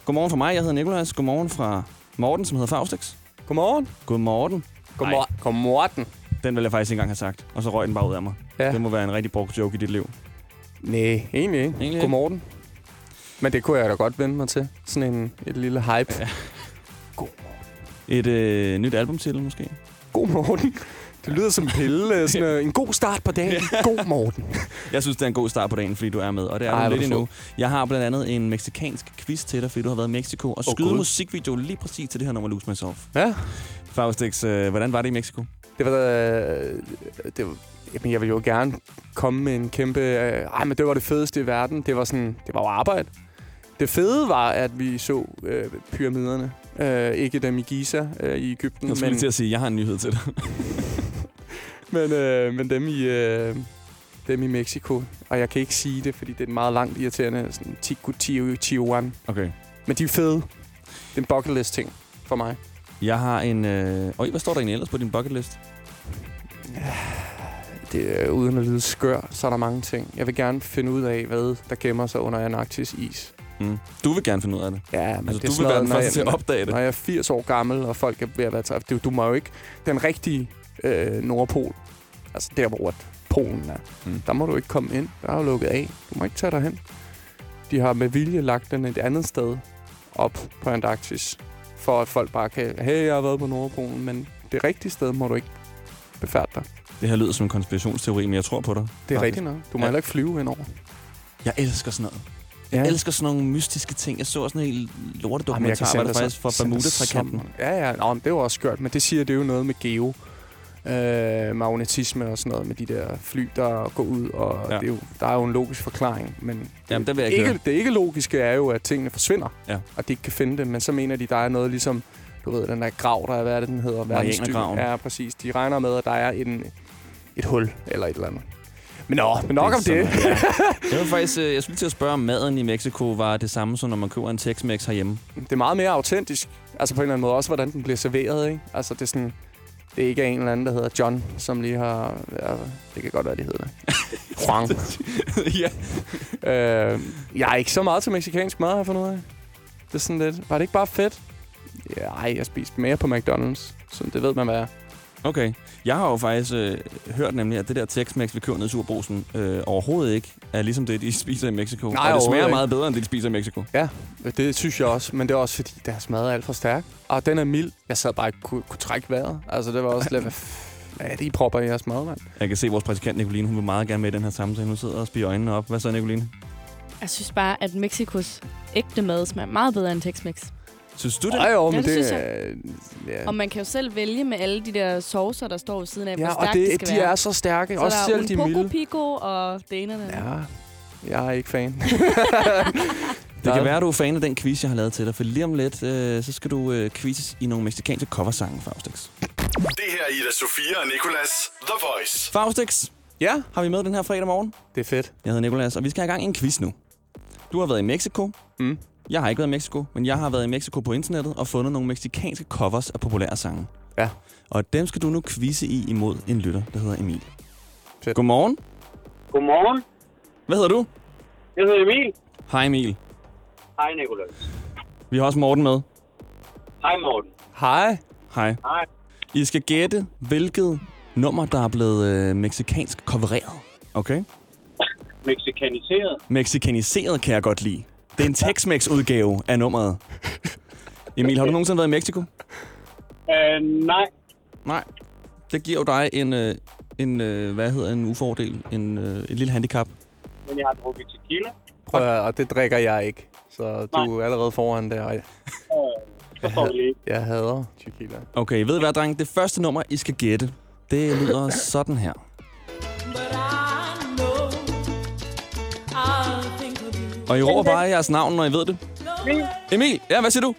S2: Godmorgen fra mig, jeg hedder Nicolas. Godmorgen fra Morten, som hedder Faustix.
S3: Godmorgen.
S2: Godmorgen.
S3: Godmor- Godmorgen.
S2: Den vil jeg faktisk ikke engang have sagt. Og så røg den bare ud af mig. Ja. Det må være en rigtig brugt joke i dit liv.
S3: Nej, egentlig ikke.
S2: ikke.
S3: Godmorgen. Men det kunne jeg da godt vende mig til. Sådan en, et lille hype. Ja.
S2: Et øh, nyt albumtitel måske.
S3: Godmorgen. Det lyder som en pille. øh, Sådan øh, en god start på dagen. God morgen.
S2: Jeg synes, det er en god start på dagen, fordi du er med, og det er
S3: Ej,
S2: Ej,
S3: hvor
S2: du lidt
S3: er du
S2: endnu. Jeg har blandt andet en meksikansk quiz til dig, fordi du har været i Mexico, og
S3: Åh,
S2: oh, skyde
S3: Gud.
S2: musikvideo lige præcis til det her nummer Lose Myself.
S3: Ja.
S2: Faustix, øh, hvordan var det i Mexico?
S3: Det var øh, det var, jamen, jeg ville jo gerne komme med en kæmpe... Øh, ej, men det var det fedeste i verden. Det var sådan... Det var jo arbejde. Det fede var, at vi så øh, pyramiderne. Øh, ikke dem i Giza øh, i Ægypten,
S2: Jeg skulle lige til at sige, at jeg har en nyhed til dig.
S3: men, øh, men dem i... Øh, dem i Mexico. Og jeg kan ikke sige det, fordi det er en meget langt irriterende sådan Tico Tio Tijuan.
S2: Okay.
S3: Men de er fede. Det er en bucket list ting. for mig.
S2: Jeg har en... Øh... Øj, hvad står der egentlig ellers på din bucket list?
S3: Det er uden at lyde skør, så er der mange ting. Jeg vil gerne finde ud af, hvad der gemmer sig under Antarktis is.
S2: Mm. Du vil gerne finde ud af det.
S3: Ja, men
S2: altså,
S3: det er
S2: du
S3: sådan
S2: vil være
S3: noget,
S2: den
S3: når
S2: første
S3: jeg-
S2: til at opdage det.
S3: Når jeg er 80 år gammel, og folk er ved at være træt, du, du må jo ikke... Den rigtige øh, Nordpol, altså der, hvor at Polen er,
S2: Mm.
S3: mm. der må du ikke komme ind. Der er jo lukket af. Du må ikke tage dig hen. De har med vilje lagt den et andet sted op på Antarktis, for at folk bare kan... Hey, jeg har været på Nordpolen, men det rigtige sted må du ikke befærde dig.
S2: Det her lyder som en konspirationsteori, men jeg tror på dig.
S3: Det er
S2: faktisk.
S3: rigtigt nok. Du må
S2: Ja.
S3: heller ikke flyve indover.
S2: Jeg elsker sådan noget. Jeg
S3: Ja.
S2: elsker sådan nogle mystiske ting. Jeg så sådan en hel
S3: Jamen, jeg kan
S2: lortedokumentar,
S3: sende
S2: hvor der
S3: dig
S2: faktisk
S3: så-
S2: fra
S3: sende dig så
S2: Bermuda-trikanten.
S3: mange- Ja, ja. Nå, men det var også skørt, men det siger det er jo noget med geo. Øh, magnetisme og sådan noget med de der fly, der går ud, og
S2: Ja.
S3: ja. det er jo, der er jo en logisk forklaring, men det,
S2: Jamen, den vil jeg ikke
S3: ikke,
S2: høre.
S3: det ikke logiske er jo, at tingene forsvinder,
S2: Ja.
S3: og de ikke kan finde det, men så mener de, der er noget ligesom, du ved, den der grav, der er, hvad er det, den hedder? Verdensdyb-
S2: Marianergraven.
S3: Ja, præcis. De regner med, at der er en, et hul eller et eller andet. Men, nå, men nok om
S2: Det er
S3: det.
S2: sådan, ja. Jeg, vil faktisk, øh, jeg skulle lige til at spørge, om maden i Mexico var det samme, som når man køber en Tex-Mex herhjemme.
S3: det er meget mere autentisk. Altså på en eller anden måde også, hvordan den bliver serveret, ikke? Altså det er sådan... Det er ikke en eller anden, der hedder John, som lige har... Ja, det kan godt være, det hedder det. Juan.
S2: ja.
S3: Øh, jeg er ikke så meget til meksikansk mad, har jeg fundet ud af. Det er sådan lidt... Var det ikke bare fedt? Ja, ej, jeg spiste mere på McDonald's. Så det ved man, hvad er.
S2: Okay. Jeg har jo faktisk øh, hørt nemlig, at det der Tex-Mex, vi køber ned i Superbrugsen, øh, overhovedet ikke er ligesom det, de spiser i Mexico.
S3: Nej,
S2: og det smager
S3: overhovedet
S2: meget bedre, end det, de spiser i Mexico.
S3: Ja, det synes jeg også. Men det er også, fordi deres mad er alt for stærk. Og den er mild. Jeg sad bare ikke kunne, kunne trække vejret. Altså, det var også lidt... Hvad f- hvad er det, I propper i jeres mad, mand?
S2: Jeg kan se, at vores prædikant Nicoline, hun vil meget gerne med i den her samtale. Hun sidder og spiger øjnene op. Hvad så, Nicoline?
S4: Jeg synes bare, at Mexikos ægte mad smager meget bedre end Tex-Mex.
S2: Synes du det?
S3: Ej, jo, men
S4: Ja, det
S3: det,
S4: synes jeg.
S3: er- ja.
S4: Og man kan jo selv vælge med alle de der saucer, der står ved siden af,
S3: Ja,
S4: hvor
S3: og
S4: stærkt
S3: det,
S4: det, skal
S3: de
S4: være.
S3: er så stærke.
S4: så
S3: også
S4: der
S3: selv de
S4: er
S3: milde.
S4: Unpoco Pico og det ene og det andet.
S3: Ja, jeg er ikke fan.
S2: Det kan være, at du er fan af den quiz, jeg har lavet til dig. For lige om lidt, øh, så skal du øh, quizzes i nogle mexicanske coversange, Faustix.
S10: Det her er Ida Sofia og Nikolas The Voice.
S2: Faustix!
S3: Ja?
S2: Har vi med den her fredag morgen?
S3: Det er fedt.
S2: Jeg hedder Nicolas, og vi skal have gang i en quiz nu. Du har været i Mexico.
S3: Mm.
S2: Jeg har ikke været i Mexico, men jeg har været i Mexico på internettet og fundet nogle mexicanske covers af populære sange.
S3: Ja.
S2: Og dem skal du nu quizze i imod en lytter, der hedder Emil.
S3: Fedt.
S2: Godmorgen.
S11: Godmorgen.
S2: Hvad hedder du?
S11: Jeg hedder Emil.
S2: Hej Emil.
S11: Hej, Nicolas.
S2: Vi har også Morten med.
S11: Hej, Morten.
S3: Hej.
S2: Hej.
S11: Hej.
S2: I skal gætte, hvilket nummer, der er blevet øh, mexicansk covereret. Okay?
S11: Mexikaniseret.
S2: Mexikaniseret kan jeg godt lide. Det er en Tex-Mex-udgave af nummeret. Emil, har du nogensinde været i Mexico?
S11: Øh, nej.
S2: Nej. Det giver jo dig en, øh, en øh, hvad hedder en ufordel, en, øh, et lille handicap.
S11: Men jeg har drukket tequila.
S3: Prøv, at- og det drikker jeg ikke. Så du er allerede foran der. og jeg-
S11: Øh, så får vi lige.
S3: Jeg hader tequila.
S2: Okay, ved I hvad, dreng? Det første nummer, I skal gætte, det lyder sådan her. Og I råber bare jeres navn, når I ved det. Emil, ja, hvad siger du?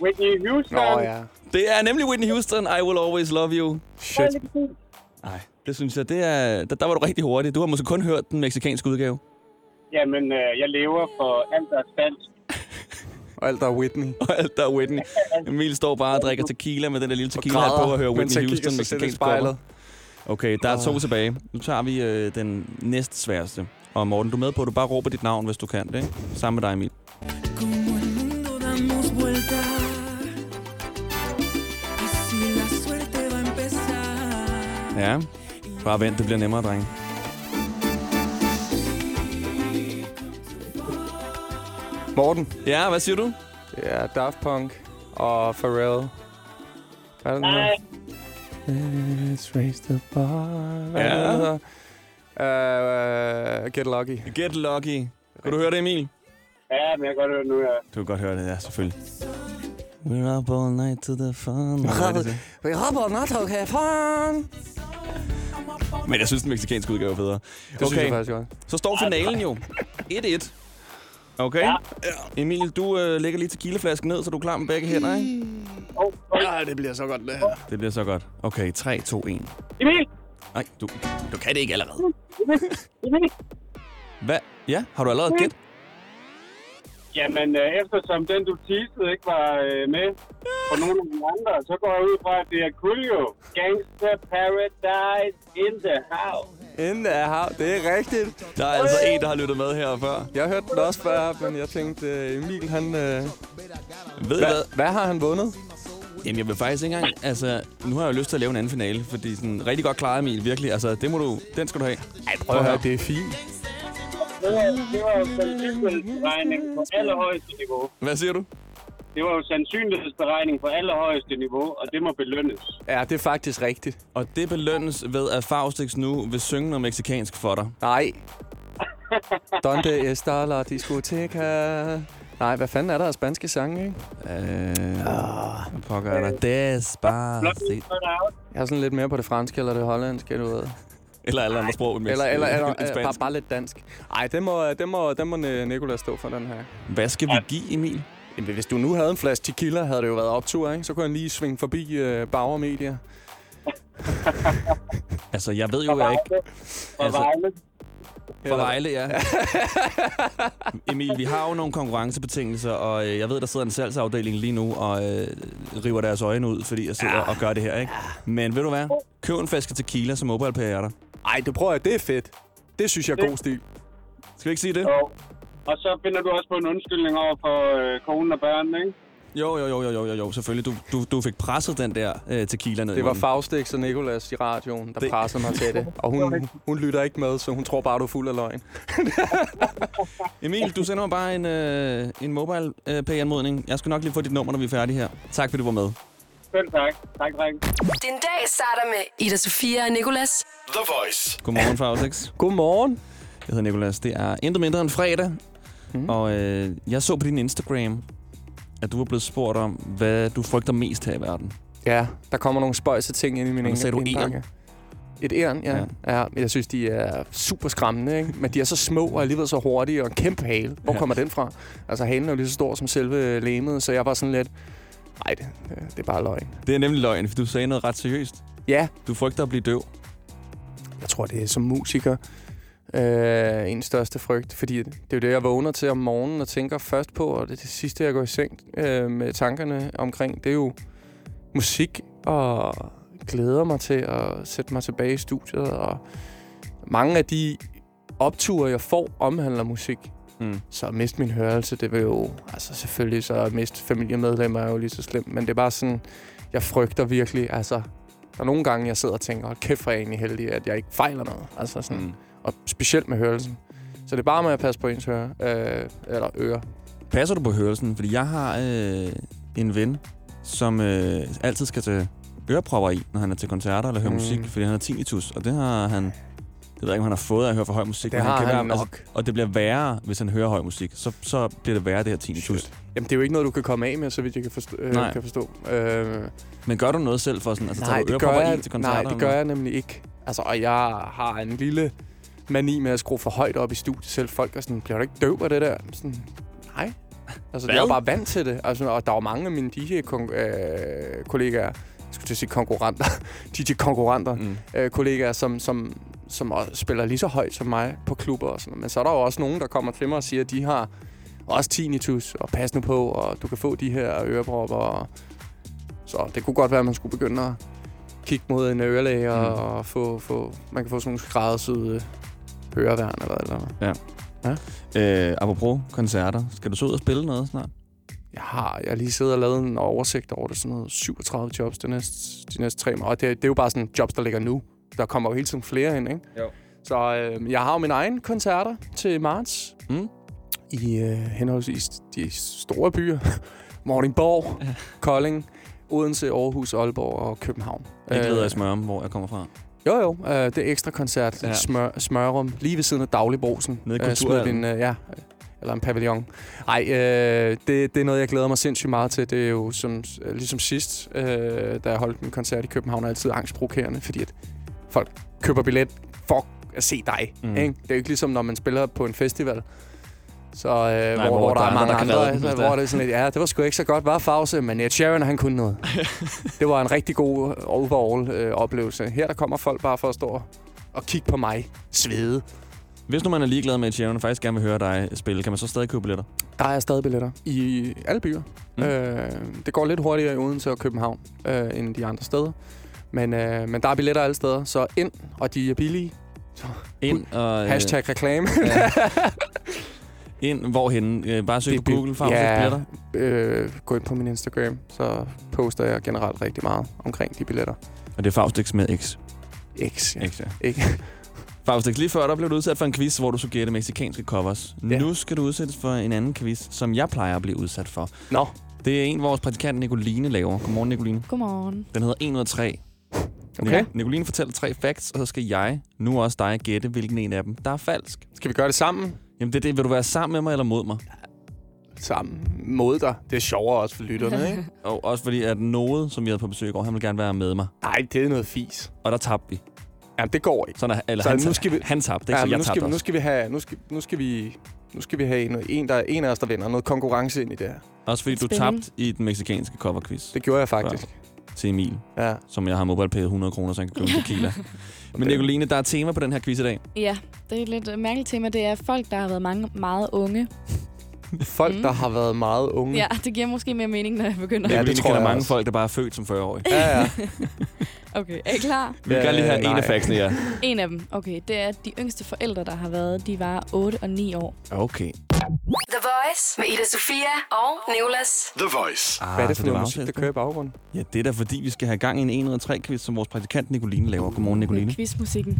S11: Whitney Houston.
S3: Nå ja.
S2: Det er nemlig Whitney Houston, I Will Always Love You.
S3: Shit.
S2: Nej, det synes jeg, det er, der, der var du rigtig hurtig. Du har måske kun hørt den meksikanske udgave.
S11: Jamen, øh, jeg lever for alt, der er dansk.
S3: Og alt der er Whitney.
S2: Og alt der er Whitney. Emil står bare og drikker tequila med den der lille tequila
S3: græder,
S2: på og hører Whitney
S3: mens han kigger
S2: Houston
S3: sig selv i
S2: mexikansk cover.
S3: spejlet.
S2: Okay, der er to tilbage. Nu tager vi øh, den næst sværeste. Og Morten, du er med på, at du bare råber dit navn, hvis du kan det, ikke? Sammen med dig, Emil.
S9: damos vuelta. Y si la suerte va a empezar.
S2: Ja, bare vent, det bliver nemmere, drenge.
S3: Morten.
S2: Ja, hvad siger du?
S3: Ja, Daft Punk og Pharrell. Hvad er det, den
S11: Nej.
S3: hedder? Let's raise the bar. Hvad er det,
S2: Ja.
S3: den hedder? Øh, øh, get lucky.
S2: Get lucky. Kan du høre det, Emil?
S11: Ja, men jeg kan godt høre nu, ja.
S2: Du kan godt høre det, ja, selvfølgelig. We're up all night to the fun.
S3: Vi hopper not okay, fun.
S2: Men jeg synes, den meksikanske udgave er bedre.
S3: Det synes jeg faktisk godt.
S2: Så står finalen jo. 1-1. Okay. Ja. Emil, du øh, lægger lige tequilaflasken ned, så du er klar med begge hænder, ikke?
S3: Ja, det bliver så godt, det her.
S2: Det bliver så godt. Okay, 3, 2, 1.
S11: Emil!
S2: Nej, du, du kan det ikke allerede.
S11: Emil!
S2: Hvad? Ja, har du allerede gæt?
S11: Jamen, øh, eftersom den, du teasede, ikke var øh, med på nogle af de andre, så går jeg ud fra, at det er Coolio. Gangster Paradise in the house.
S3: Inden der er hav, det er rigtigt.
S2: Der er altså en, der har lyttet med her før.
S3: Jeg hørte den også før, men jeg tænkte, øh, Emil, han... Øh, ved
S2: Ved hvad? hvad?
S3: Hvad har han vundet?
S2: Jamen, jeg vil faktisk ikke engang... Altså, nu har jeg jo lyst til at lave en anden finale, fordi sådan rigtig godt klaret, Emil, virkelig. Altså, det må du, den skal du have. Ej,
S3: prøv at høre, det er fint.
S11: Det var, det var jo sandsynlighedsberegning på allerhøjeste niveau.
S2: Hvad siger du?
S11: Det var jo sandsynlighedsberegning på allerhøjeste niveau, og det må belønnes.
S3: Ja, det er faktisk rigtigt.
S2: Og det belønnes ved, at Faustix nu vil synge noget meksikansk for dig.
S3: Nej. Donde está la discoteca? Nej, hvad fanden er der af spanske sange, ikke?
S2: Øh,
S3: Ah.
S2: oh, pokker er der despacito.
S3: Jeg er sådan lidt mere på det franske eller det hollandske, du ved.
S2: Eller alle andre sprog end
S3: Eller,
S2: mexi-
S3: eller, eller
S2: end
S3: øh, bare,
S2: spansk.
S3: bare lidt dansk. Nej, det må, øh, det må, det må Nicolas stå for, den her.
S2: Hvad skal vi give, Emil?
S3: Jamen, hvis du nu havde en flaske tequila, havde det jo været optur, ikke? Så kunne han lige svinge forbi øh, Bauer Media.
S2: Altså, jeg ved jo, jeg ikke... Altså, for Vejle, ja. Emil, vi har jo nogle konkurrencebetingelser, og øh, jeg ved, der sidder en salgsafdeling lige nu og øh, river deres øjne ud, fordi jeg sidder og gør det her, ikke? Men ved du hvad? Køb en flaske tequila, som mobile pay er der.
S3: Ej, det prøver jeg. Det er fedt. Det synes jeg er god stil.
S2: Skal vi ikke sige det?
S11: Og, og så finder du også på en undskyldning over for øh, konen og børnene, ikke?
S2: Jo, jo, jo, jo, jo, jo, jo selvfølgelig. Du, du, du fik presset den der øh, tequila ned i
S3: Det var
S2: munden.
S3: Faustix og Nicolas i radioen, der
S2: Det-
S3: det. pressede mig til det. Og hun, hun lytter ikke med, så hun tror bare, du er fuld af løgn.
S2: Emil, du sender mig bare en, øh, en mobile øh, pay-anmodning. Jeg skal nok lige få dit nummer, når vi er færdige her. Tak, fordi du var med.
S11: Selv tak. Tak, dreng.
S1: Din dag starter med Ida Sofia og Nicolas.
S10: The Voice.
S2: Godmorgen, Faustix.
S3: Godmorgen.
S2: Jeg hedder Nikolas. Det er intet mindre end fredag. Mm. Og øh, jeg så på din Instagram, at du var blevet spurgt om, hvad du frygter mest her i verden.
S3: Ja, der kommer nogle spøjse ting ind i min
S2: Og nu sagde du
S3: ind- indpakke.
S2: æren.
S3: Et æren, ja. ja. ja. men Jeg synes, de er super skræmmende, ikke? Men de er så små og alligevel så hurtige og en kæmpe hale.
S2: Ja.
S3: Hvor ja. kommer den fra? Altså, halen er jo lige så stor som selve læmet, så jeg var sådan lidt... Nej, det, det er bare løgn.
S2: Det er nemlig løgn, for du sagde noget ret seriøst.
S3: Ja,
S2: Du frygter at blive døv.
S3: jeg tror, det er som musiker øh, en største frygt, fordi det er jo det, jeg vågner til om morgenen og tænker først på, og det, er det sidste, jeg går i seng øh, med tankerne omkring, det er jo musik, og glæder mig til at sætte mig tilbage i studiet, og mange af de opture, jeg får, omhandler musik.
S2: Mm.
S3: Så at miste min hørelse, det vil jo... Altså selvfølgelig, så at miste familiemedlemmer er jo lige så slemt, men det er bare sådan... Jeg frygter virkelig, altså... Der er nogle gange, jeg sidder og tænker, hold kæft, hvor er jeg egentlig heldig, at jeg ikke fejler noget. Altså sådan... Mm. Og specielt med hørelsen. Så det er bare med at passe på ens høre, øh, eller ører.
S2: Passer du på hørelsen? Fordi jeg har øh, en ven, som øh, altid skal tage ørepropper i, når han er til koncerter eller hører
S3: Mm.
S2: mm. musik, fordi han har tinnitus, og det har han... Det ved jeg ikke, om han har fået af at høre for høj musik.
S3: Det
S2: men
S3: har
S2: kan
S3: han altså-
S2: være, altså,
S3: nok.
S2: og det bliver værre, hvis han hører høj musik. Så, så bliver det værre, det her tinnitus. Shit.
S3: Jamen, det er jo ikke noget, du kan komme af med, så vidt jeg kan forstå.
S2: Nej.
S3: Øh, kan forstå. Øh,
S2: Men gør du noget selv for sådan, altså tager du
S3: det gør
S2: ørepropper
S3: jeg,
S2: i til koncerter?
S3: nej, det
S2: eller
S3: gør jeg nemlig ikke. Altså, og jeg har en lille mani med at skrue for højt op i studiet selv. Folk er sådan, bliver du ikke døv af det der? Sådan, nej. Altså,
S2: Hvad?
S3: jeg er bare vant til det. Altså, og der er jo mange af mine DJ-kollegaer, øh, jeg skulle til at sige konkurrenter, DJ-konkurrenter, mm. øh, kollegaer, som, som, som også spiller lige så højt som mig på klubber og sådan noget. Men så er der jo også nogen, der kommer til mig og siger, at de har også tinnitus, og pas nu på, og du kan få de her ørepropper. Og... Så det kunne godt være, at man skulle begynde at kigge mod en ørelæge, mm. og få, få, man kan få sådan nogle skræddersyde høreværn eller eller andet.
S2: Ja. Øh, apropos koncerter, skal du så ud og spille noget snart?
S3: Jeg har, jeg har lige siddet og lavet en oversigt over det, sådan noget 37 jobs de næste, de næste tre måneder. Og det, det er jo bare sådan jobs, der ligger nu. Der kommer jo hele tiden flere ind, ikke?
S2: Jo.
S3: Så øh, jeg har jo mine egne koncerter til marts.
S2: Mm.
S3: I øh, henholdsvis de store byer. Morningborg, Kolding, Odense, Aarhus, Aalborg og København.
S2: Jeg
S3: Øh,
S2: glæder jeg smøre hvor jeg kommer fra.
S3: Jo, jo. Øh, det er ekstra koncert.
S2: Ja.
S3: Ja. Smør, smørrum. Lige ved siden af dagligbrosen.
S2: Nede i
S3: Øh, smed vi
S2: Kulturhallen.
S3: en, øh, ja, eller en pavillon. Nej, øh, det, det er noget, jeg glæder mig sindssygt meget til. Det er jo som, øh, ligesom sidst, øh, da jeg holdt en koncert i København, er altid angstprovokerende, fordi at folk køber billet for at se dig.
S2: Mm.
S3: Mm. Ikke? Det er jo ikke ligesom, når man spiller på en festival. Så øh, Nej,
S2: hvor
S3: hvor, hvor, hvor,
S2: der
S3: der
S2: er
S3: er
S2: andre,
S3: mange
S2: der kan redde
S3: andre,
S2: den,
S3: altså,
S2: hvis
S3: hvor
S2: det er.
S3: det er sådan lidt, ja, det var sgu ikke så godt, var Fause, men Ed Sheeran, han kunne noget. det var en rigtig god øh, overall-oplevelse. Her der kommer folk bare for at stå og kigge på mig, svede.
S2: Hvis nu man er ligeglad med Sharon og faktisk gerne vil høre dig spille, kan man så stadig købe billetter?
S3: Der er stadig billetter i alle byer. Mm. Øh, det går lidt hurtigere i Odense og København øh, end de andre steder. Men, øh, men der er billetter alle steder, så ind, og de er billige. Så,
S2: Ind og... øh,
S3: Hashtag reklame.
S2: Ind hvorhen? Øh, bare søg
S3: Det
S2: på
S3: er
S2: Google,
S3: bil-
S2: Faustus
S3: ja,
S2: Billetter?
S3: Øh, gå ind på min Instagram, så poster jeg generelt rigtig meget omkring de billetter.
S2: Og det er Faustix med X.
S3: X,
S2: ja. X, ja.
S3: Ikke?
S2: Faustix, lige før der blev du udsat for en quiz, hvor du skulle gætte meksikanske covers. Ja. Nu skal du udsættes for en anden quiz, som jeg plejer at blive udsat for.
S3: Nå.
S2: Det er en, vores praktikant Nicoline laver. Godmorgen, Nicoline.
S4: Godmorgen.
S2: Den hedder 103.
S3: Okay.
S2: Nicoline fortæller tre facts, og så skal jeg, nu også dig, gætte, hvilken en af dem, der er falsk.
S3: Skal vi gøre det sammen?
S2: Jamen det er det. Vil du være sammen med mig eller mod mig?
S3: Sammen. Mod dig. Det er sjovere også for lytterne, ikke?
S2: Og også fordi, at noget, som vi havde på besøg i går, han ville gerne være med mig.
S3: Nej, det er noget fis.
S2: Og der tabte vi.
S3: Jamen, det går ikke.
S2: Sådan, er- eller
S3: Så
S2: han,
S3: nu skal vi...
S2: han tabte, ikke? så
S3: men
S2: jeg tabte
S3: nu skal, vi- nu
S2: også.
S3: skal vi have, nu skal, nu skal vi, nu skal vi have en, en, der, en af os, der vinder noget konkurrence ind i det her.
S2: Også fordi du
S3: Spændende.
S2: tabte i den meksikanske coverquiz.
S3: Det gjorde jeg faktisk.
S2: Før, til Emil,
S3: ja.
S2: som jeg har mobilepæret 100 kroner, så han kan købe en tequila. Men Nicoline, der er tema på den her quiz i dag.
S4: Ja, det er et lidt øh, mærkeligt tema. Det er folk, der har været mange, meget unge.
S3: Folk, der har været meget unge.
S4: Ja, det giver måske mere mening, når jeg begynder.
S2: Nicoline
S3: det tror
S2: kender
S3: jeg
S2: mange
S3: også.
S2: folk, der bare er født som 40-årige.
S3: Ja, ja.
S4: Okay, er I klar?
S2: Vi vil gerne lige have
S3: Øh,
S2: en af
S3: nej.
S2: faxene, ja.
S4: En af dem, okay, det er at de yngste forældre, der har været, de var 8 og 9 år.
S2: Okay.
S1: The Voice med Ida Sofia og Nicolas.
S10: The Voice.
S2: Ah,
S3: Hvad er det
S2: så
S3: for noget
S2: var
S3: musik, der
S2: afsættet.
S3: kører i baggrunden?
S2: Ja, det er da fordi, vi skal have gang i en 103-quiz, som vores praktikant Nicoline laver. Godmorgen, Nicoline.
S4: Øh, Quizmusikken.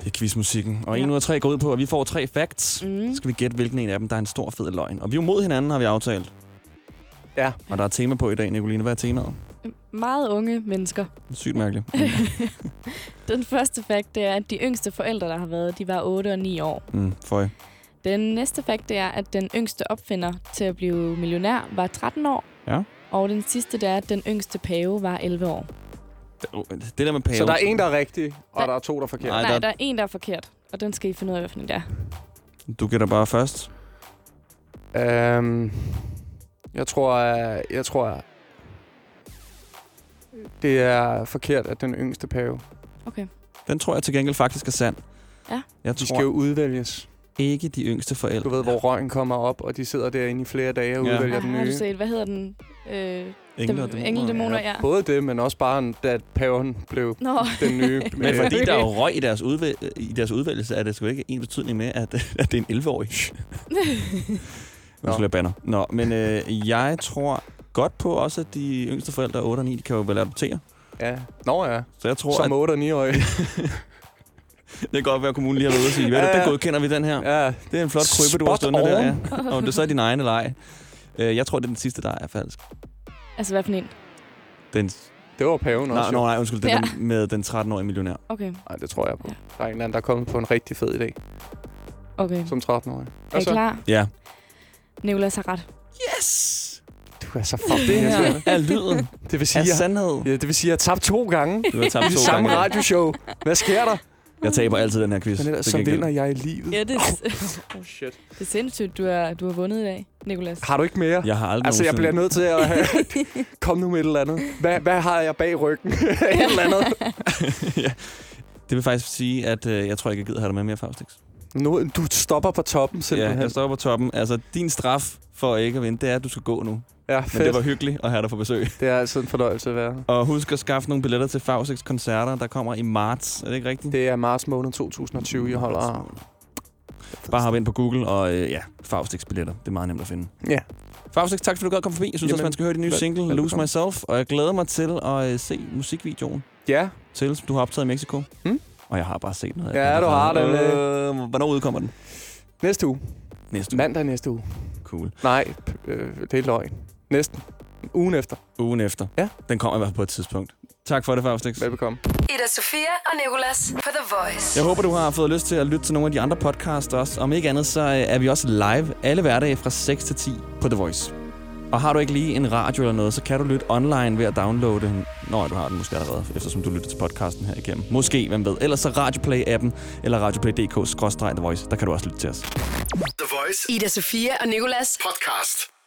S2: Det er quizmusikken. Og
S4: Ja.
S2: 103 går ud på, at vi får tre facts.
S4: Mm.
S3: Mhm.
S2: Mm. Så skal vi gætte, hvilken en af dem, der er en stor fed løgn. Og vi er jo mod hinanden, har vi aftalt.
S3: Ja.
S2: Og der er tema på i dag, Nicoline. Hvad er temaet?
S4: Meget unge mennesker.
S2: Sygt mærkeligt. Mm,
S4: Den første fakt, det er, at de yngste forældre, der har været, de var 8 og 9 år.
S2: Mm, føj.
S4: Den næste fakt, det er, at den yngste opfinder til at blive millionær var 13 år.
S2: Ja.
S4: Og den sidste, det er, at den yngste pave var 11 år.
S2: Det der med pave.
S3: Så der er en, der er rigtig, og der er to, der er forkert.
S4: Nej, der er en, der er forkert, og den skal I finde ud af, hvilken det er.
S2: Du gætter bare først.
S3: Øhm, jeg tror, øh, jeg tror, det er forkert, at den yngste pave.
S4: Okay.
S2: Den tror jeg til gengæld faktisk er sand.
S4: Ja.
S2: Jeg
S3: De skal jo
S2: tror
S3: udvælges.
S2: ikke de yngste forældre.
S3: Du ved, hvor røgen kommer op, og de sidder derinde i flere dage og
S2: Ja.
S3: udvælger den
S4: Ah, har
S3: nye.
S4: du set, hvad hedder den? Øh,
S2: Engle og
S4: dem-
S2: dæmoner,
S4: Engeldæmoner, ja.
S3: Både det, men også bare, da paven blev
S4: Nå.
S3: den nye.
S2: Men fordi der er jo røg i deres, udvæl- i deres udvælgelse, er det sgu ikke en betydning med, at, at det er en 11-årig. Nu skal jeg banner. Nå, men øh, jeg tror godt på også, at de yngste forældre, 8 og 9, de kan jo vel adoptere.
S3: Ja. Nå ja.
S2: Så jeg tror,
S3: Som
S2: at
S3: 8 og 9 årige
S2: det kan godt være, at kommunen lige har været ude og sige, ja,
S3: Ja,
S2: ja.
S3: ja.
S2: det godkender vi den her.
S3: Ja.
S2: Det er en flot krybbe, du har
S3: Spot
S2: stående der. Ja.
S3: on.
S2: Og om det så er din egen eller ej. Øh, Jeg tror, det er den sidste, der er falsk.
S4: Altså, hvad for en?
S2: Den...
S3: Det var paven
S2: Nej,
S3: også.
S2: nej, nej, undskyld. Det er
S4: Ja.
S2: den med den 13-årige millionær.
S4: Okay,
S3: Nej, det tror jeg på. Der er en eller anden, der er kommet på en rigtig fed idé
S4: okay.
S3: som altså- 13-årig.
S4: Er I klar?
S2: Ja.
S4: Nicolas har ret.
S2: Yes!
S3: Du er så fucking
S2: Det her
S3: irriterende.
S2: er lyden
S3: Det vil sige,
S2: af
S3: jeg,
S2: sandhed.
S3: ja, det vil sige, jeg har tabt to gange.
S2: Du har tabt
S3: I det
S2: to
S3: samme
S2: gange, ja.
S3: radioshow. Hvad sker der?
S2: Jeg taber altid den her quiz.
S3: Men ellers,
S2: til
S3: så
S2: gengæld.
S3: vinder jeg i livet.
S4: Ja, det er,
S3: Oh, shit.
S4: det er sindssygt, du har, du har vundet i dag, Nicolas.
S3: Har du ikke mere?
S2: Jeg har aldrig
S3: Altså, jeg bliver
S2: nogensinde-
S3: nødt til at have... Kom nu med et eller andet. Hvad, hvad har jeg bag ryggen? et eller andet.
S2: Det vil faktisk sige, at øh, jeg tror ikke, jeg gider have dig med mere, Faustix.
S3: Nu, du stopper på toppen,
S2: Ja,
S3: simpelthen.
S2: jeg står på toppen. Altså, din straf for ikke at vinde, det er, at du skal gå nu. Men
S3: Ja, fedt.
S2: det var hyggeligt at have dig på besøg.
S3: det er altid en fornøjelse at være.
S2: Og husk at skaffe nogle billetter til Faustix koncerter, der kommer i marts. Er det ikke rigtigt?
S3: Det er marts måned 2020, jeg holder.
S2: Bare hop ind på Google, og øh, ja, Faustix billetter. Det er meget nemt at finde.
S3: Ja.
S2: Faustix, tak fordi du godt kom forbi. Jeg synes Jamen,
S3: Jamen,
S2: også, man skal høre din nye
S3: vel-
S2: single, Lose
S3: velbekomme.
S2: Myself. Og jeg glæder mig til at øh, se musikvideoen
S3: Ja,
S2: til, som du har optaget i Mexico.
S3: Mm.
S2: Og jeg har bare set noget af
S3: Ja, du har den,
S2: Øh, hvornår udkommer den?
S3: næste uge.
S2: Næste uge.
S3: Mandag næste uge.
S2: Cool.
S3: Nej, p- øh, det er løgn. Næsten. Ugen efter.
S2: Ugen efter.
S3: Ja.
S2: Den kommer i hvert fald på et tidspunkt. Tak for det, Faustix.
S3: Velbekomme.
S1: Ida Sofia og Nicolas på The Voice.
S2: Jeg håber, du har fået lyst til at lytte til nogle af de andre podcasts også. Om ikke andet, så øh, er vi også live alle hverdage fra 6 til 10 på The Voice. Og har du ikke lige en radio eller noget, så kan du lytte online ved at downloade den. Nå, du har den måske allerede, eftersom du lytter til podcasten her igennem. Måske, hvem ved. Ellers så Radioplay-appen eller radioplay.dk-the voice. Der kan du også lytte til os.
S1: The Voice. Ida Sofia og Nicolas. Podcast.